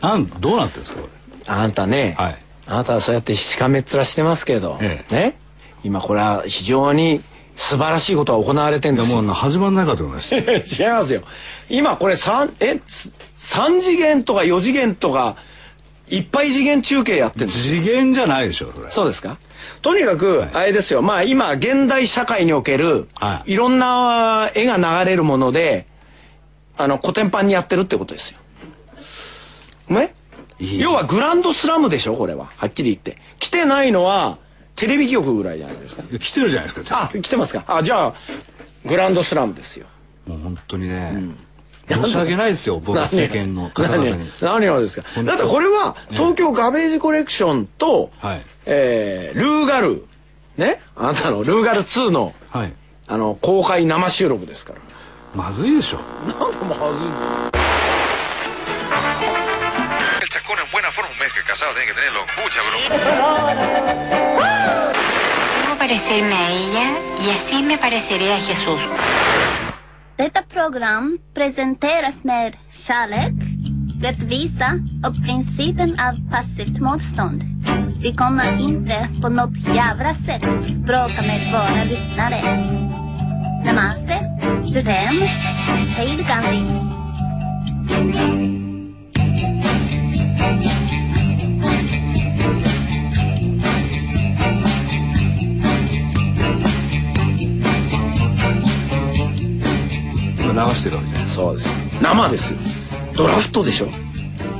なんどうなってるんですかこあんたね、れはいあなたはそうやってしかめっ面してますけど、ええね今これは非常に素晴らしいことが行われてんいでやすもうよな始まんないかと思いまし 違たいますよ今これ3えす三次元とか4次元とかいっぱい次元中継やってるんです次元じゃないでしょそれそうですかとにかく、はいあれですよ、まあ今、現代社会における、、はいろんな絵が流れるもので、あの、古典版にやってるってことですよ。ねいい要はグランドスラムでしょ、これは。はっきり言って。来てないのは、テレビ局ぐらいじゃないですか。いや来てるじゃないですかちゃんあ、来てますか。あ、じゃあ、グランドスラムですよ。ともう本当にね、ん申し訳ないですよ僕は世間の方々に何何何をですか本当だってこれはええ東京ガベージコレクションと、はいえールーガルねあなたのルーガル2のはいあの公開生収録ですからまずいでしょなんでもはずいんだ El chascón en buena forma, un mes que casado tiene que tenerlo. Escucha, bro. Debo parecerme a ella y así me pareceré a Jesús. Detta program presenteras med kärlek, rättvisa och principen av passivt motstånd. Vi kommer inte på något jävla sätt bråka med våra lyssnare. Namaste, Judem, Hej Gandhi. 流してるわけねそうです生ですよドラフトでしょ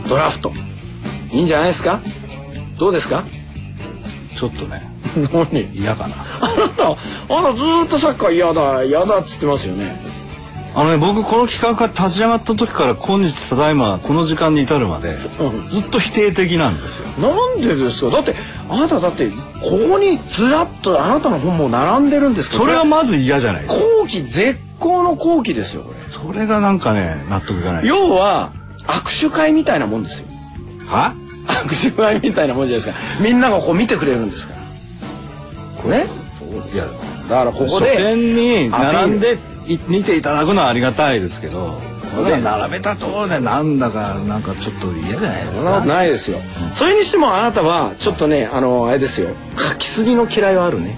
ドラフトいいんじゃないですかどうですかちょっとね何嫌かなあなたあなたずーっとさっきから嫌だ嫌だっつってますよねあのね僕この企画が立ち上がった時から今日ただいまこの時間に至るまでうんずっと否定的なんですよなんでですかだってあなただってここにずらっとあなたの本も並んでるんですけどそれはまず嫌じゃないですか後期絶好の後期ですよこれそれがなんかね納得いかない要は握手会みたいなもんですよは握手会みたいなもんじゃないですかみんながこう見てくれるんですからこれだいやからここ書で店に並んアでい見ていただくのはありがたいですけどこれ並べたところでなんだかなんかちょっと嫌じゃないでピールすそんなことかないですよ、それにしてもあなたはちょっとねあのあれですよ書きすぎの嫌いはあるね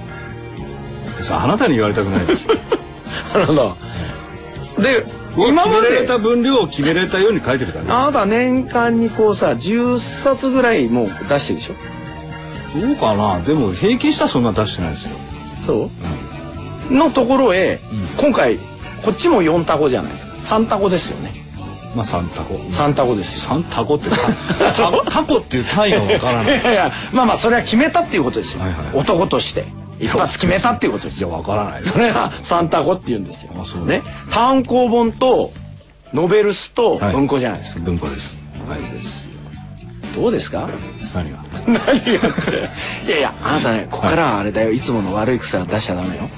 さああなたに言われたくない ですよなるほどで今今ままで決めでれた分量を決めれたように書いてるだけあなた年間にこうさ10冊ぐらいもう出してるでしょそうかなでも平均したらそんな出してないですよそう、のところへ、うん今回こっちも4タコじゃないですか3タコですよねまあ3タコ3タコですよ三タコってタタ タコっていう単位がわからないいやいやまあまあそれは決めたっていうことですよ、はいはい男として一発決めたっていうことですいやよわからないですそれが3タコって言うんですよあそうね単行本とノベルスとはい文庫じゃないですか、文庫ですはいどうですか何が 何やっていやいやあなたねここからはあれだよ、い、つもの悪い癖は出しちゃダメよ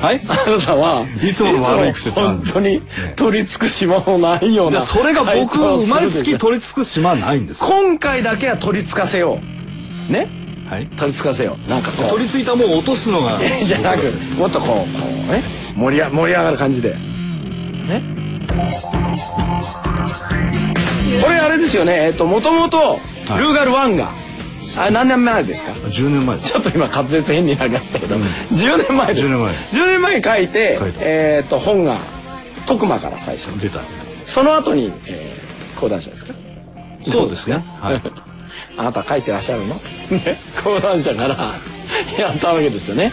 はいあなたは、いつもの悪い癖いっつてもある本んだ当にね取り尽くしもないようじゃな。あそれが僕生まれつき取り尽くしまないんですよ今回だけは取り尽かせよう。ねはい取り尽かせよう。なんかこう。取り付いたもう落とすのがじゃなく、もっとこう、こうね、盛りあ盛り上がる感じで。ねこれあれですよね、えっと、もともと、ルはいーガル1が、あれ何年前ですか10年前ですちょっと今滑舌変になりましたけど、うん10年前です。 10年前10年前に書いて、書いたえっ、と、本が、徳間から最初。出たその後に、えー、講談社ですかそうですねはい あなた書いてらっしゃるのね講談社からやったわけですよね。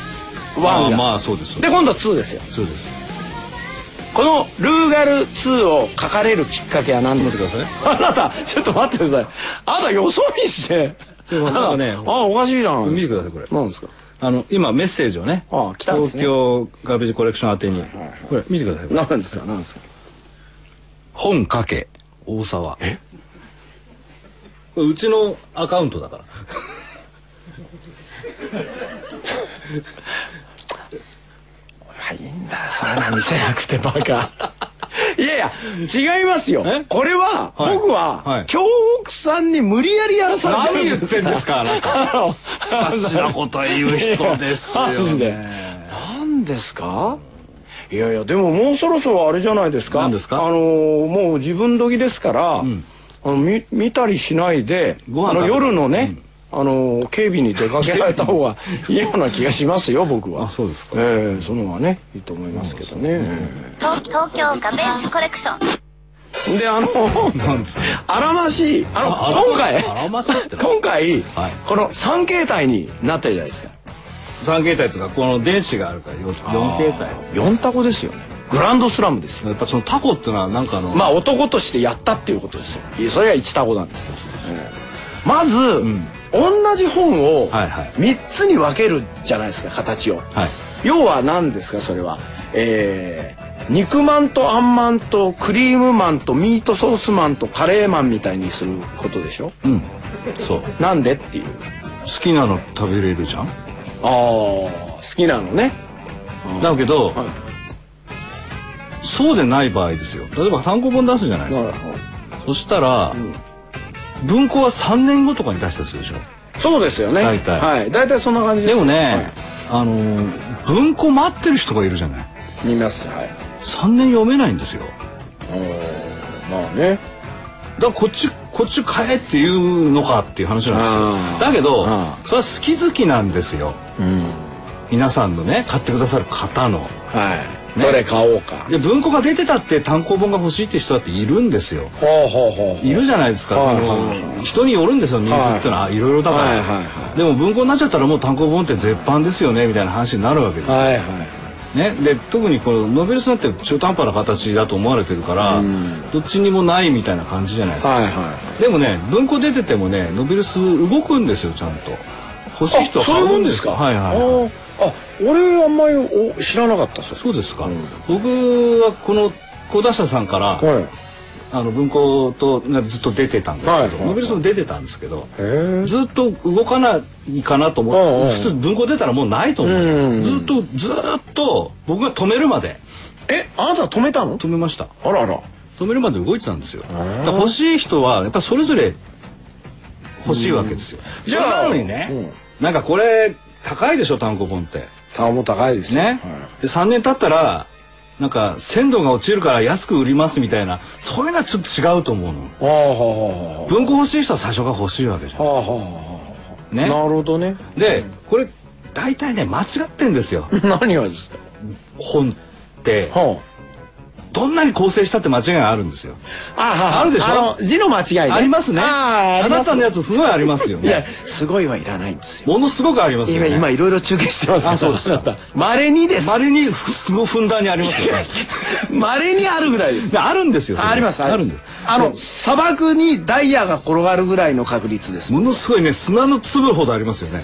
ワンあが。まあそうですで、今度は2ですよ。そうですこのルーガル2を書かれるきっかけは何ですか待ってくあなた、ちょっと待ってください。あなた、よそ見して。でもなんかねあなたあ、おかしいな。見てくださいこれなんですかあの今メッセージをねあ来たんです東ね京ガベージコレクション宛てにこれ見てくださいこれ何ですか何ですか本かけ大沢これうちのアカウントだからまあいいんだよそんな見せなくてバカいやいや違いますよえこれは、はい僕は、はい京北さんに無理やりやらされてる何言ってんですかあなたあの察しなこと言う人ですよねいやマジで何ですかいやいやでももうそろそろあれじゃないですか何ですかあのーもう自分時ですから、うんあの見見たりしないでご飯食べあのる夜のね、あの警備に出かけられた 方がいいような気がしますよ僕はあそうですかええその方がねいいと思いますけどね、東東京ガベージコレクションであのなんですよあらましいあああらのましい今回あらましいってなんですか 今回、はいこの3形態になってるじゃないですか3形態とかこの電子があるから 4, 形態ですね4タコですよねグランドスラムですよやっぱそのタコってのはなんかあの、まあ男としてやったっていうことですよいやそれは1タコなんですよまず、ん同じ本をはいはい3つに分けるじゃないですか形をはい要は何ですかそれはえー肉まんとあんまんとクリームまんとミートソースまんとカレーまんみたいにすることでしょうんそうなんでっていう好きなの食べれるじゃんああ好きなのねだけど、はいそうでない場合ですよ例えば単行本出すじゃないですか、そしたら、うん文庫は3年後とかに出したりするでしょそうですよね大体はい、大体そんな感じでもね、はいあの文庫待ってる人がいるじゃない見ますはい3年読めないんですようんまあねだからこっちこっち買えっていうのかっていう話なんですあーよだけどあーそれは好き好きなんですようん皆さんのね買ってくださる方のはい、ねどれ買おうかで文庫が出てたって単行本が欲しいって人だっているんですよほうほうほいるじゃないですか、はいそのはいはい人によるんですよニーズってのは、はいい、ろいろだから、はいはいはでも文庫になっちゃったらもう単行本って絶版ですよねみたいな話になるわけですよ、はいはいね、で特にこのノベルスなんて中途半端な形だと思われてるから、うんどっちにもないみたいな感じじゃないですか、はいはでもね文庫出ててもねノベルス動くんですよちゃんと欲しいい人はそ買ういうもうんんでですすかよはいはいはい、ああ俺あんまりお知らなかったそれそうですか、うん僕はこの小田社さんから、はいへあの文庫とねずっと出てたんですけど、はいはいはいノベルスも出てたんですけど、えずっと動かないかなと思うんうんって、普通文庫出たらもうないと思うじゃないですか。うずんっと、ずーっと僕が止めるまで、えあなた止めたの止めました。あらあら止めるまで動いてたんですよ。だへーから欲しい人は、やっぱそれぞれ欲しいわけですよ。じゃあそれなのにね、なんかこれ、高いでしょ、単行本って。タも高いですね。で、3年経ったら、なんか鮮度が落ちるから安く売りますみたいな、そういうのはちょっと違うと思うの。はい、はあは文庫欲しい人は最初が欲しいわけじゃあはあはあん。はあはあねなるほどねで、これ、大体ね、間違ってんですよ。 何がですか本って、はどんなに構成したって間違いがあるんですよ。ああはあるでしょの字の間違いね、ありますね。ああありなますたのやつすごいありますよいやね。すごいはいらないんですよものすごくありますよ今ね。今いろいろ中継してますあそうですかまれにです稀にふすごいふんだんにありますよね。まれにあるぐらいですであるんですよ。それありますあるんです。あの砂漠にダイヤが転がるぐらいの確率ですものすごいね、砂の粒ほどありますよ ね。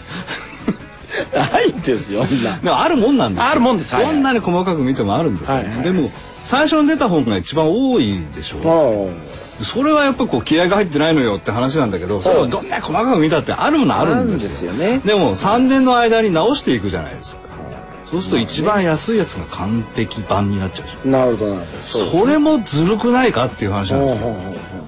ないんですよみんなでもあるもんなんですよあるもんですはいどんなに細かく見てもあるんですよね。はいはいでも、最初に出た本が一番多いでしょ。それはやっぱこう気合が入ってないのよって話なんだけど、それをどんなに細かく見たってあるものはあるんですよ。あるんですよねでも3年の間に直していくじゃないですか。そうすると一番安いやつが完璧版になっちゃうでしょ。なるほどなるそれもずるくないかっていう話なんですよ。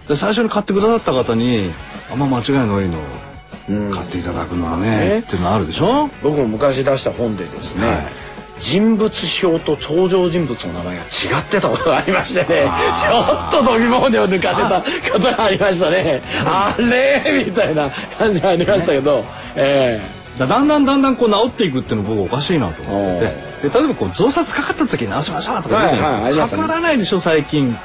で最初に買ってくださった方に、あんま間違いの多いのを買っていただくのはね、っていうのあるでしょ。僕も昔出した本でですね、はい人物表と登場人物の名前が違ってたことがありましてねちょあーっと飛び物でを抜かれたことがありましたねあれみたいな感じがありましたけど、えだだんだんだんだんこう治っていくっていうの僕おかしいなと思っててで例えばこう増刷かかった時に直しましょうとか言うじゃはいはいなあいでりすか、ますねかからないでしょ最近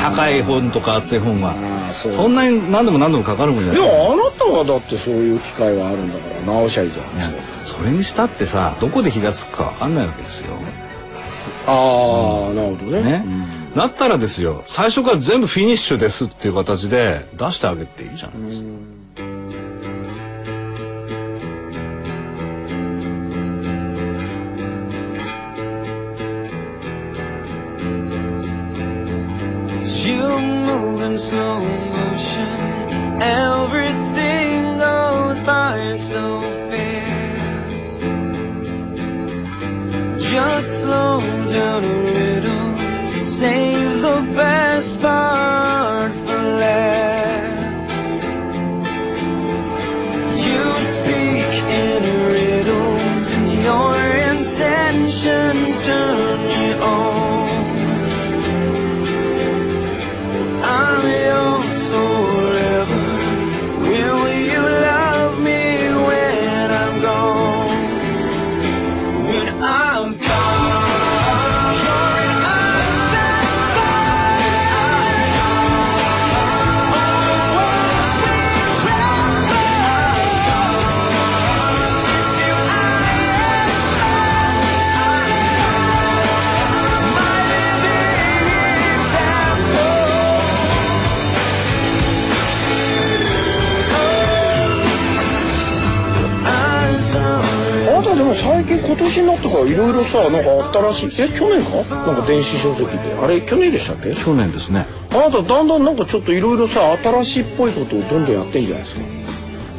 高い本とか厚い本はあーそそうそんなに何度も何度もかかるもんじえゃでないもあなたはだってそういう機会はあるんだから直しゃいいじゃんいやそれにしたってさどこで火がつくかわかんないわけですよ、ああなるほどねねうんだったらですよ最初から全部フィニッシュですっていう形で出してあげていいじゃないですか、 You move in slow motion. Everything goes by so fast. Just slow down a little. Save the best part for last. You speak in riddles, and your intentions turn me on. I'm yours forever. も最近今年になってからいろいろさなんかあったらしいえ去年かなんか電子書籍であれ去年でしたっけ去年ですねあなただんだんなんかちょっといろいろさ新しいっぽいことをどんどんやってんじゃないですか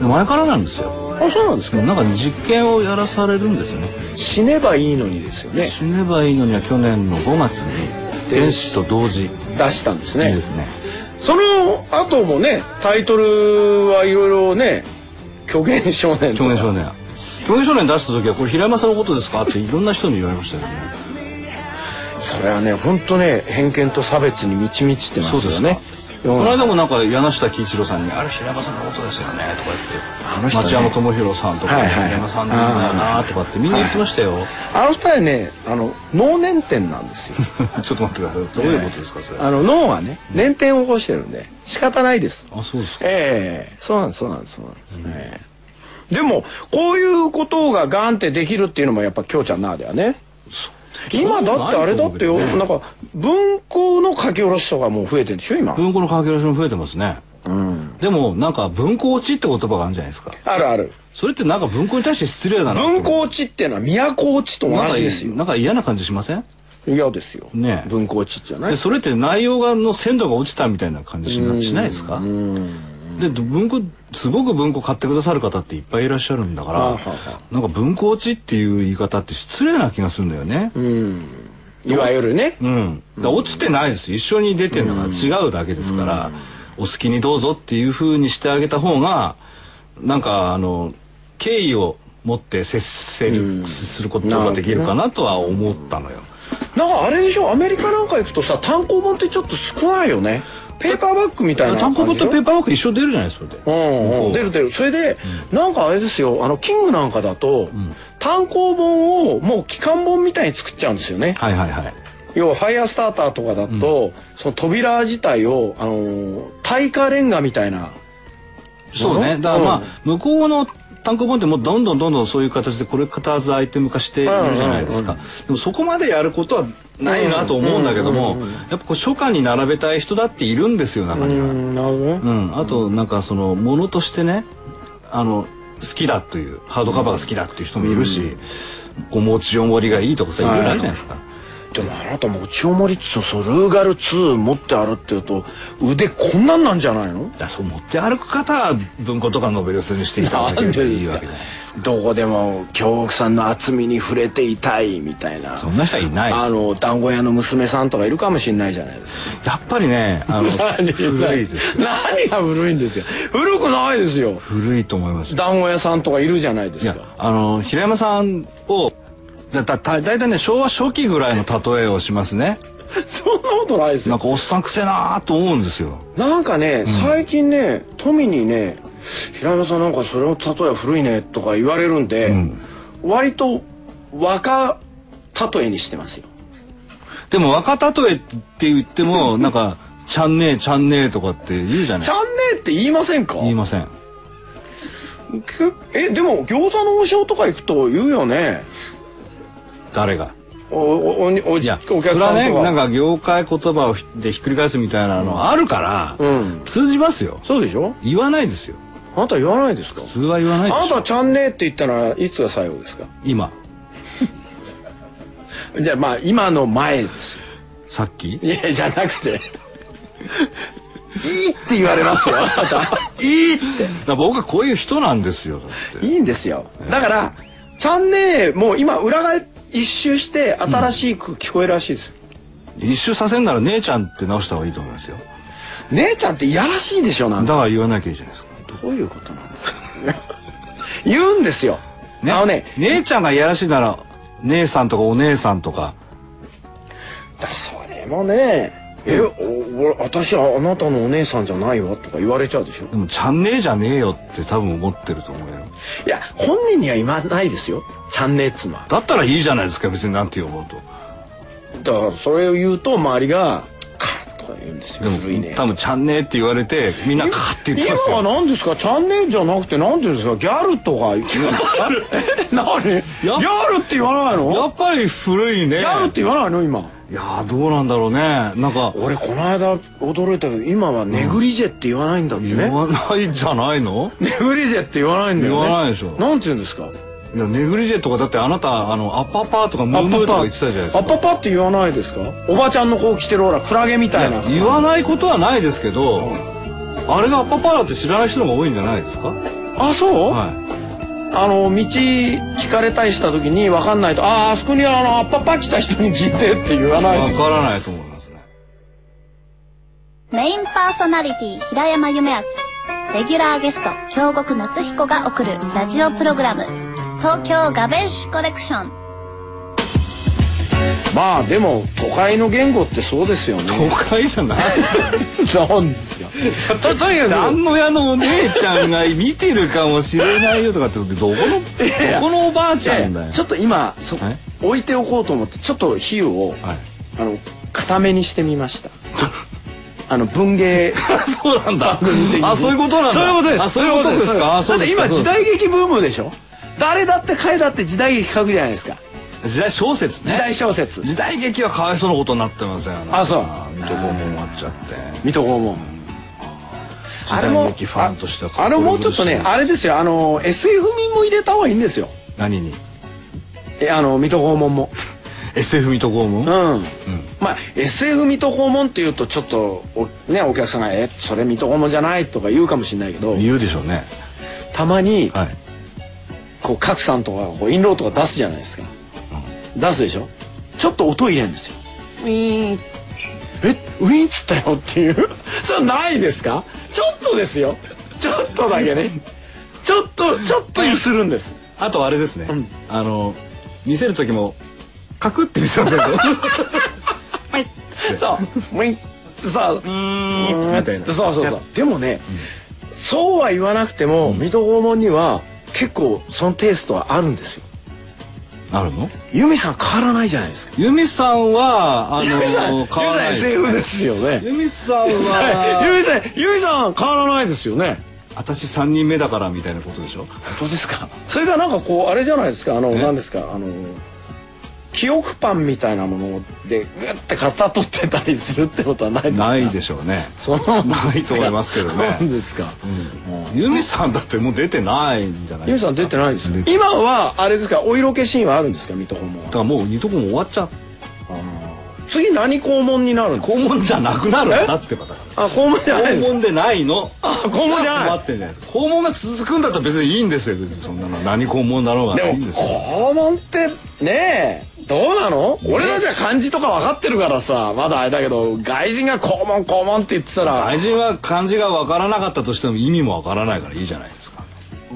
前からなんですよあそうなんですかなんか実験をやらされるんですよね死ねばいいのにですよね死ねばいいのには去年の5月に電子と同時いい出したんですねですねその後もねタイトルはいろいろね「虚言少年」と狂か言少年狂言少年出した時はこれ平山さんのことですかっていろんな人に言われましたよねそれはね本当ね偏見と差別に満ち満ちてますよねこの間もなんか柳下喜一郎さんに「あれ平山さんのことですよね」とかあ言のって人ね町山智博さんとかはいはい平山さんなんだよなとかってみんな言ってましたよ あの二人はねあの脳年点なんですよちょっと待ってください どういうことですかそれあの脳はね年点を起こしてるんで仕方ないですあそうですかええそうなんですそうなんですそうなんです、ええでもこういうことがガンってできるっていうのもやっぱ京ちゃんならではね今だってあれだってそよ、うないと思うけどねなんか文庫の書き下ろしとかもう増えてるんでしょ今、文庫の書き出しも増えてますねうん、でもなんか文庫落ちって言葉があるんじゃないですかあるあるそれってなんか文庫に対して失礼だなと思う文庫地っていうのは都落ちとな同んかじですよなんか嫌な感じしません嫌ですよ、ねえ文庫地じゃないでそれって内容がの鮮度が落ちたみたいな感じしなしないですかうんで文庫すごく文庫買ってくださる方っていっぱいいらっしゃるんだかあはらはなんか文庫落ちっていう言い方って失礼な気がするんだよねうんいわゆるねうん、だから落ちてないですよ一緒に出てるのが違うだけですから、お好きにどうぞっていうふうにしてあげた方がなんかあの敬意を持って接せる、うん接することができるかなとは思ったのよ、なんかあれでしょアメリカなんか行くとさ単行本ってちょっと少ないよねペーパーバッグみたいな単行本とペーーパーワーク一緒出るじゃないですかそれで、うん、うん、出る出るそれで、なんかあれですよあのキングなんかだと、ん単行本をもう機関本みたいに作っちゃうんですよねはいはいはい要はファイアスターターとかだと、その扉自体をあのー耐火レンガみたいなそうねうんだからまあ、うん向こうの単行本ってもうどんどんどんどんそういう形でこれ片ずアイテム化しているじゃないですか、うんうでもそこまでやることはないなと思うんだけども、うんうんうんうんやっぱこう初夏に並べたい人だっているんですよ中には。なるほどねうん、あとなんかそのものとしてねあの好きだというハードカバーが好きだっていう人もいるし、お持ちおもりがいいとかさいはいろいろあるじゃないですか、でもあなた持ちおもりっつうとそのルーガル2持ってあるっていうと腕こんなんなんじゃないのだからそう持って歩く方は文庫とかノベルスにしていただければいいわけじゃ ないですかどこでも京極さんの厚みに触れていたいみたいなそんな人はいないですあの団子屋の娘さんとかいるかもしれないじゃないですかやっぱりね あの古いです何が古いんですよ古くないですよ古いと思いますよ団子屋さんとかいるじゃないでいすやかあの平山さんをだだだ大体ね昭和初期ぐらいの例えをしますねそんなことないですなんよかおっさんくせえなーと思うんですよなんかね、最近ね富にね平山さんなんかそれの例え古いねとか言われるんで、うん割と若例えにしてますよでも若たとえって言ってもなんか「ちゃんねえちゃんねえ」とかって言うじゃないチャンネルって言いませんか言いませんけえでも餃子の王将とか行くと言うよね誰がおおおにおいじやおそ客さんれとかはねなんか業界言葉をひでひっくり返すみたいなのあるから、うん通じますよそうでしょ言わないですよあなた言わないですか普通は言わあないでなしょたチャンネルって言ったらいつが最後ですか今じゃあまあ今の前ですよさっきいやじゃなくていいって言われますよあなたいいってだから僕はこういう人なんですよだっていいんですよ。だから、チャンネル、もう今、裏が一周して、新しい聞こえるらしいですよ。一周させんなら「姉ちゃん」って直した方がいいと思いますよ姉ちゃんっていやらしいでしょ、なだんか。から言わなきゃいいじゃないですかどういうことなんですか 言うんですよ。ねあのね、姉ちゃんがいやらしいなら姉さんとかお姉さんとかだそれもね、え、お俺、私はあなたのお姉さんじゃないわとか言われちゃうでしょで。も「ちゃんねえじゃねえよ」って多分思ってると思うよいや、本人には言わないですよ。チャンネルっつうのは。だったらいいじゃないですか別になんて呼ぼうとだから、それを言うと、周りが、カッとか言うんですよ。古いでねも。多分「ちゃんねえ」って言われてみんなカーって言ってます今はよ何ですかチャンネルじゃなくて何て言うんですかギャルとか言うんですか え何ギやャルって言わないのやっぱり古いねギャルって言わないの今いやーどうなんだろうねなんか俺この間驚いたけど今はネグリジェって言わないんだって言ねわないんじゃないのネグリジェって言わないんだよね言わないでしょなんて言うんですかいやネグリジェとかだってあなたあのアッパーパーとかムームーとか言ってたじゃないですかアッパパって言わないですかおばちゃんの子を着てるほらクラゲみたいな。いや言わないことはないですけど、あれがアッパーパーだって知らない人の方が多いんじゃないですかあ、そう、はいあの、道聞かれたりした時に分かんないと、ああ、あそこにあの、アッパパ来た人に聞いてって言わないわからないと思いますねメインパーソナリティ平山夢明レギュラーゲスト京極夏彦が送るラジオプログラム東京ガベッシュコレクションまあでも、都会の言語ってそうですよね。都会じゃないなんですよ。 と、とにかく、団子屋のお姉ちゃんが見てるかもしれないよとかってどこのどこのおばあちゃんだよええちょっと今、そはい置いておこうと思って、ちょっと比喩を、はいあの、固めにしてみ ました。あの、文芸。そうなんだ文的にあそういうことなんだそういうことです。あそういうことですかあそうですかだって今時代劇ブームでしょ誰だって彼だって時代劇書くじゃないですか。時代小説時ね代小説。時代劇はかわいそうなことになってますよあそう水戸黄門終わっちゃって水戸黄門。時代劇ファンとしてはああれもうちょっとね、あれですよ、あの、SF 民も入れた方がいいんですよ。何にえ、あの、水戸黄門も。 SF 水戸黄門うん。まあ、SF 水戸黄門っていうと、ちょっと、おね、お客さんが、え、それ水戸黄門じゃないとか言うかもしれないけど、言うでしょうねたまに、はいこう、賀来さんとかが、こう、印籠とか出すじゃないですか。出すでしょちょっと音入れるんですよ。ウィーン。え、ウィーンっつったよっていう。 それないですかちょっとですよ。ちょっとだけね。ちょっと、ちょっと揺するんです。あとあれですね、うんあの見せる時もカクって見せま せんかそう、もうい、そう、ーんみたいなそうそうそう。でもね、そうは言わなくても、うん水戸黄門には結構そのテイストはあるんですよ。あるの由美さん変わらないじゃないですか。ユミさんはあ由の美さん、由美変わらさんない SF ですよね。ユミさん由は美さん、由美さん変わらないですよね。私3人目だからみたいなことでしょ本当ですか。それがなんかこうあれじゃないですか。あのえなんですかあの。記憶パンみたいなものでグッて型取ってたりするってことはないですかないでょしょうねそのないと思いますけどねなんですか、うんユミさんだってもう出てないんじゃないでゆうすかさん出てないですか出て今はあれですかお色気シーンはあるんですか水戸黄門だはからもう二とこも終わっちゃう次何肛門になるの肛門じゃなくなるんえだってことだあ肛門じゃからないん肛ですか門でないのあ肛門じゃない困ってんじゃないですか肛門が続くんだったら別にいいんですよ別にそんなの何肛門だろうがでいもいんですよ肛門ってねえどうなの俺たちは漢字とか分かってるからさまだあれだけど外人が肛門肛門って言ってたら外人は漢字が分からなかったとしても意味も分からないからいいじゃないですか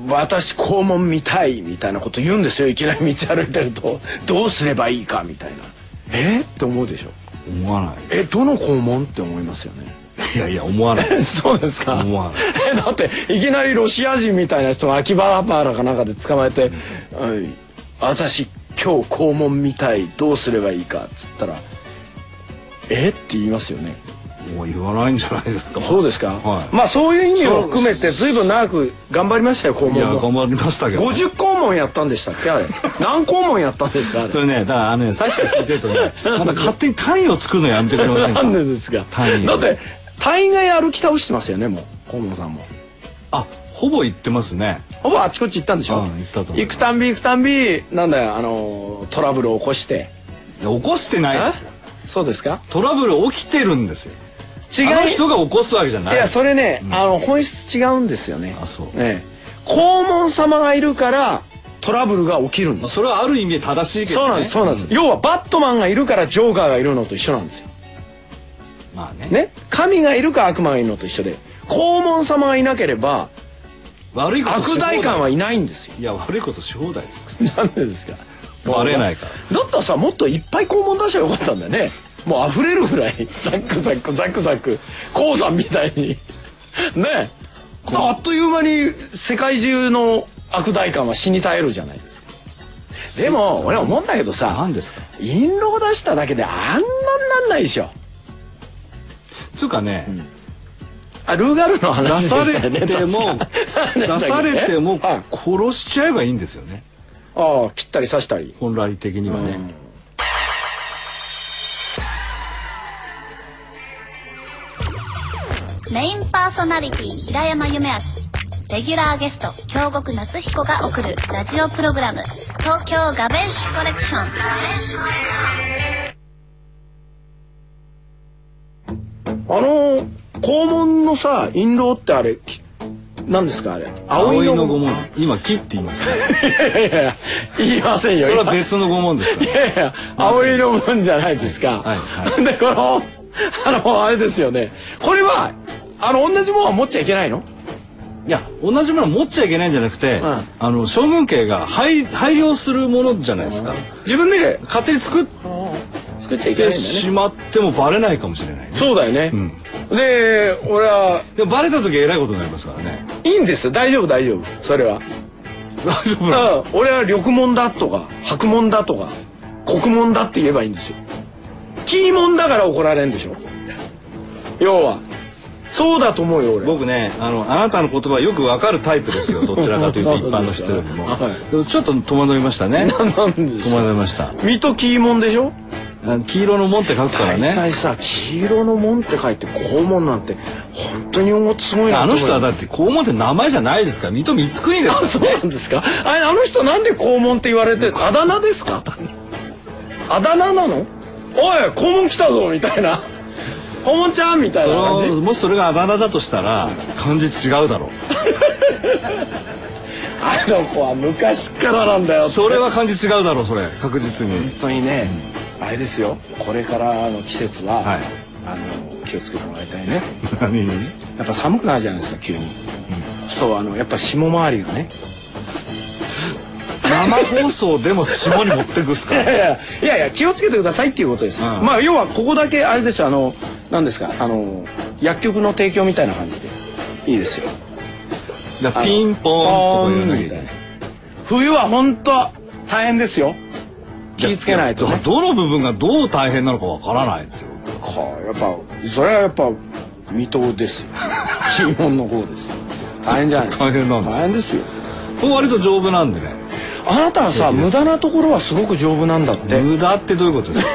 私肛門見たいみたいなこと言うんですよいきなり道歩いてるとどうすればいいかみたいなえって思うでしょ思わなえどの肛門って思いますよねいいやいや思わないです そうですか。思わないえだっていきなりロシア人みたいな人が秋葉原かなんかで捕まえて「はい私今日肛門みたいどうすればいいか」っつったら「えっ?」て言いますよね。もう言わないんじゃないですかそうですか。はいまあそういう意味を含めて随分長く頑張りましたよ肛門いやも。頑張りましたけど50肛門やったんでしたっけあれ何肛門やったんですかあれそれねだからあのねさっきから聞いてると ねまた勝手に単位を作るのやめてくれませんなかんでですか単位だって大概歩き倒してますよねもう肛門さんもあほぼ言ってますねほぼあちこち行ったんでしょ、うん行ったと思う行くたんび行くたんびなんだよあのトラブルを起こしていや起こしてないですよえそうですかトラブル起きてるんですよ違うあの人が起こすわけじゃないいやそれね、うんあの本質違うんですよねあそうね肛門様がいるからトラブルが起きるんまであすそれはある意味で正しいけど、ね、そうなんですそうなんです、要はバットマンがいるからジョーカーがいるのと一緒なんですよまあねね神がいるか悪魔がいるのと一緒で肛門様がいなければ悪いことし悪放題代官はいないんですよいや悪いことし放題ですよ なんでですかバレないからだったらさもっといっぱい肛門出しゃよかったんだよねもう溢れるぐらい ザックザックザクザク鉱山みたいに ねえあっという間に世界中の悪代官は死に絶えるじゃないですかでも俺思うんだけどさ何ですか印籠出しただけであんなんなんないでしょ、つうかね、あルーガルの出話でさしたれよねて も確か出されてもはい殺しちゃえばいいんですよねああ切ったり刺したり本来的にはね、うんメインパーソナリティ平山夢明レギュラーゲスト京極夏彦が送るラジオプログラム東京ガベンシュコレクションあの肛門のさ印籠ってあれき何ですかあれ葵のご御も 門今木って言いましたねいやいやいや言いませんそよれは別の御門ですかいらやいや葵の分じゃないですか、はいはい でこのあのあれですよねこれはあの同じもんは持っちゃいけないのいや同じもの持っちゃいけないんじゃなくて、うんあの将軍家が配配慮するものじゃないですか自分で勝手に作っ作っちゃいけなていんだしねまってもバレないかもしれないねそうだよね、うんで俺はでもバレた時はえらいことになりますからねいいんですよ大丈夫大丈夫それは大丈夫だから俺は緑門だとか白門だとか黒門だって言えばいいんですよキー門だから怒られるんでしょ要はそうだと思うよ俺僕ねあのあなたの言葉よくわかるタイプです よどちらかというと一般の人よりも、はいでもちょっと戸惑いましたねなんでし戸ょ惑いうました水戸キー門でしょあ黄色の門って書くから大ね体さ黄色の門って書いて肛門なんて本当に音楽すごいなあと思のうよ人はだって肛門って名前じゃないですから水戸光圀ですあからそうなんですかあれあの人なんで肛門って言われてあだ名ですかあだ名なのおい肛門来たぞみたいな肛門ちゃんみたいそなの感じもしそれがあだ名だとしたら漢字違うだろ あの子は昔からなんだようってそれは漢字違うだろうそれ確実に本当にねあれですよこれからの季節は、はい あの気をつけてもらいたいね何にやっぱ寒くなるじゃないですか急に、そうあのやっぱ下回りがね生放送でも下に持ってくっす いかやらいやいやいや気をつけてくださいっていうことです、うんまあ要はここだけあれですよあの何ですかあの薬局の提供みたいな感じでいいですよだからピンポーンとか言わなきゃいけない冬は本当大変ですよ気をつけないと、やね、どの部分がどう大変なのかわからないですよかやっぱそれはやっぱ水戸です よ金門の方ですよ大変じゃないですか大変なんです大変ですよ僕割と丈夫なんでねあなたはさ無駄なところはすごく丈夫なんだって無駄ってどういうことですか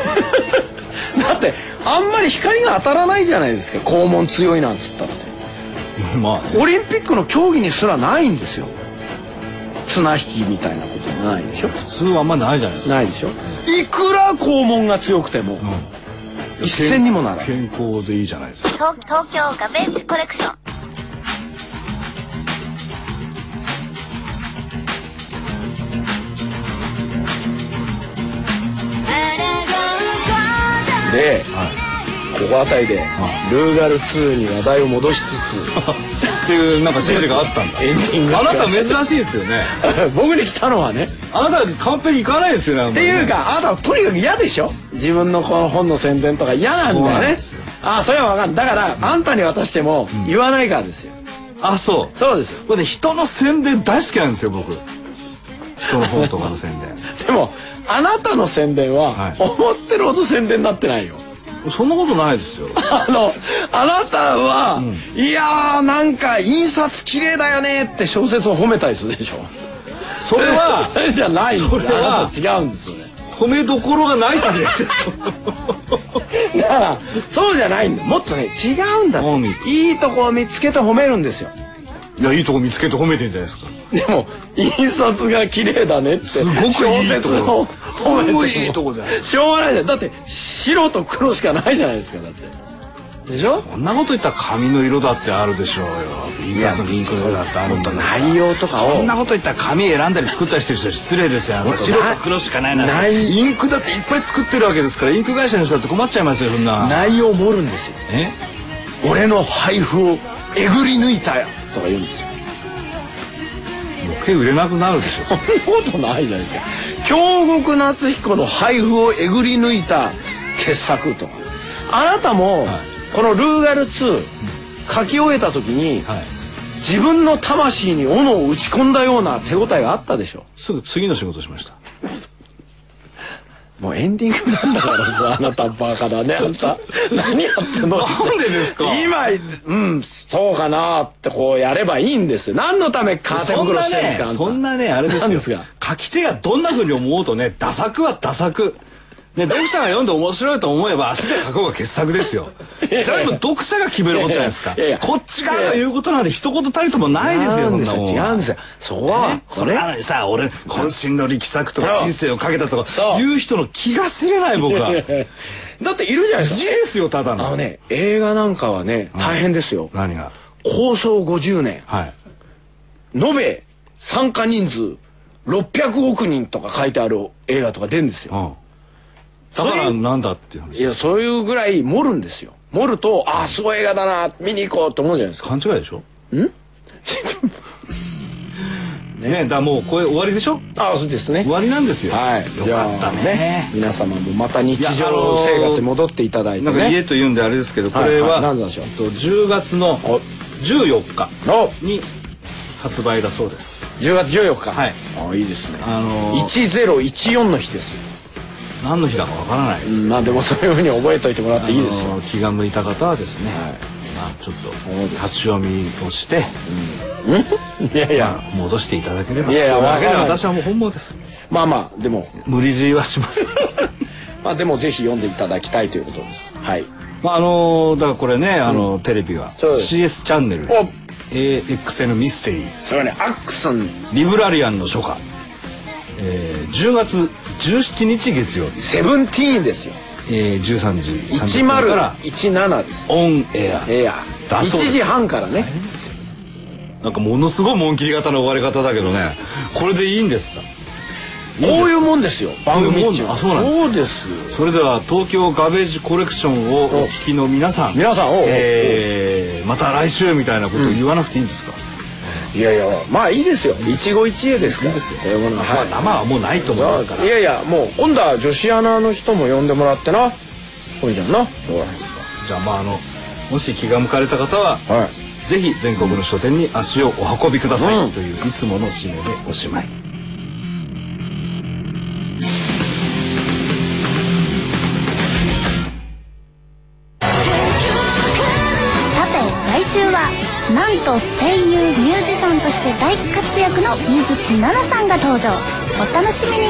だってあんまり光が当たらないじゃないですか肛門強いなんつったってまあオリンピックの競技にすらないんですよ綱引きみたいなこともないでしょ普通はあんまないじゃないですか、ないでしょいくら肛門が強くてもうん一銭にもならない健康でいいじゃないですか東東京ガベンジコレクションではここあたりでルーガル2に話題を戻しついっていうなんか指示があったんだエンディングあなた珍しいですよね つ僕に来たのはねあなたカンペに行かないですよねあんっまてりねいうかあなたはとにかく嫌でしょ自分のこの本の宣伝とか嫌なんそうなだんよでねすよあそれは分かんないだからあんたに渡してもうん言わないからですよあそうそうですよこれね人の宣伝大好きなんですよ僕人の本とかの宣でもあなたの宣伝ははい思ってるほど宣伝になってないよ伝そんなことないですよあのあなたうは、んいやーなんか印刷綺麗だよねって小説を褒めたりするでしょ それは それじゃないんですそれはあなた違うんですよね 褒めどころがないんですよだからそうじゃないんだもっとね違うんだもう見いいとこを見つけて褒めるんですよいやいいとこ見つけて褒めてんじゃないですかでも印刷が綺麗だねってすごくいいとこ小説を褒めてもすごいいいとこだよしょうがないじゃんだって白と黒しかないじゃないですかだってでしょそんなこと言ったら紙の色だってあるでしょうよ印刷のインクの色だってあるんだからさ内容とかをそんなこと言ったら紙選んだり作ったりしてる人は失礼ですよあの白と黒しかないなないインクだっていっぱい作ってるわけですからインク会社の人だって困っちゃいますよそんな内容を盛るんですよえ俺の配布をえぐり抜いたよとか言うんですよ余計売れなくなるでしょそんなことないじゃないですか京極夏彦の配布をえぐり抜いた傑作とかあなたもはいこの「ルーガル2」書き終えた時にはい自分の魂に斧を打ち込んだような手応えがあったでしょすぐ次の仕事しましたもうエンディングなんだから さあなたバカだねあんた何やってんのなんでですか今うんそうかなってこうやればいいんですよ何のためカーテンそん袋なしてるんでねすかあたそんなねあれです何よですか書き手がどんな風に思おうとねダサくはダサくね、読者が読んで面白いと思えば足で書こうが傑作ですよいやいやそれも読者が決めることじゃないですかいやいやいやこっち側が言うことなんて一言たりともないですよそんなもん違うんですよそこはねそれなのにさ俺渾身の力作とかそう人生をかけたとそかう言う人の気が知れない僕は だっているじゃないで字すでかすよただのあのね映画なんかはね大変ですよ何が構想50年はい延べ参加人数600億人とか書いてある映画とか出るんですうよんだからなんだっていう話いやそういうぐらい盛るんですよ盛るとああすごい映画だな見に行こうと思うじゃないですか勘違いでしょん ねだからもうこれ終わりでしょああそうですね終わりなんですよはいよかったねじゃあ皆様もまた日いやあ常のー生活に戻っていただいてなねんか家というんであれですけどこはいれは、はい何なんでしょうえっと10月のお14日おに発売だそうです10月14日はいああいいですねあのー1014の日ですよ何の日だかわからないです、うんまあでもそういうふうに覚えといてもらっていいですあよの気が向いた方はですね、はいまあ、ちょっとそうです立ち読みをして、うんいやいやまあ戻していただければいやいやそれだけでわからない私はもう本望ですまあまあでも無理強いはしま せんまあでもぜひ読んでいただきたいということですはいまああのーだからこれねあのー、テレビはそうです CS チャンネルお AXN ミステリーそれねアックさんリブラリアンの初夏、えー10月17日月曜日、セブンティーンですよえー13時30分から1017ですオンエアええやだそうです1時半からねなんかものすごい紋切り型の終わり方だけどねこれでいいんですかこういうもんですよ番組こ中ういうもんあそうなんですかそうですよそれでは東京ガベージコレクションをお聞きの皆さん皆さんおうおうえーまた来週みたいなことを言わなくていいんですか、いやいやまあいいですよ一期一会ですからこういうものはまあい生はもうないと思いますからいやいやもう今度は女子アナの人も呼んでもらってなこれじゃんなそうなんですじゃあまああのもし気が向かれた方は、かはいぜひ全国の書店に足をお運びください、うんといういつもの締めでおしまいさて来週はなんと声優ミュージシャンとして大活躍の水木奈々さんが登場お楽しみに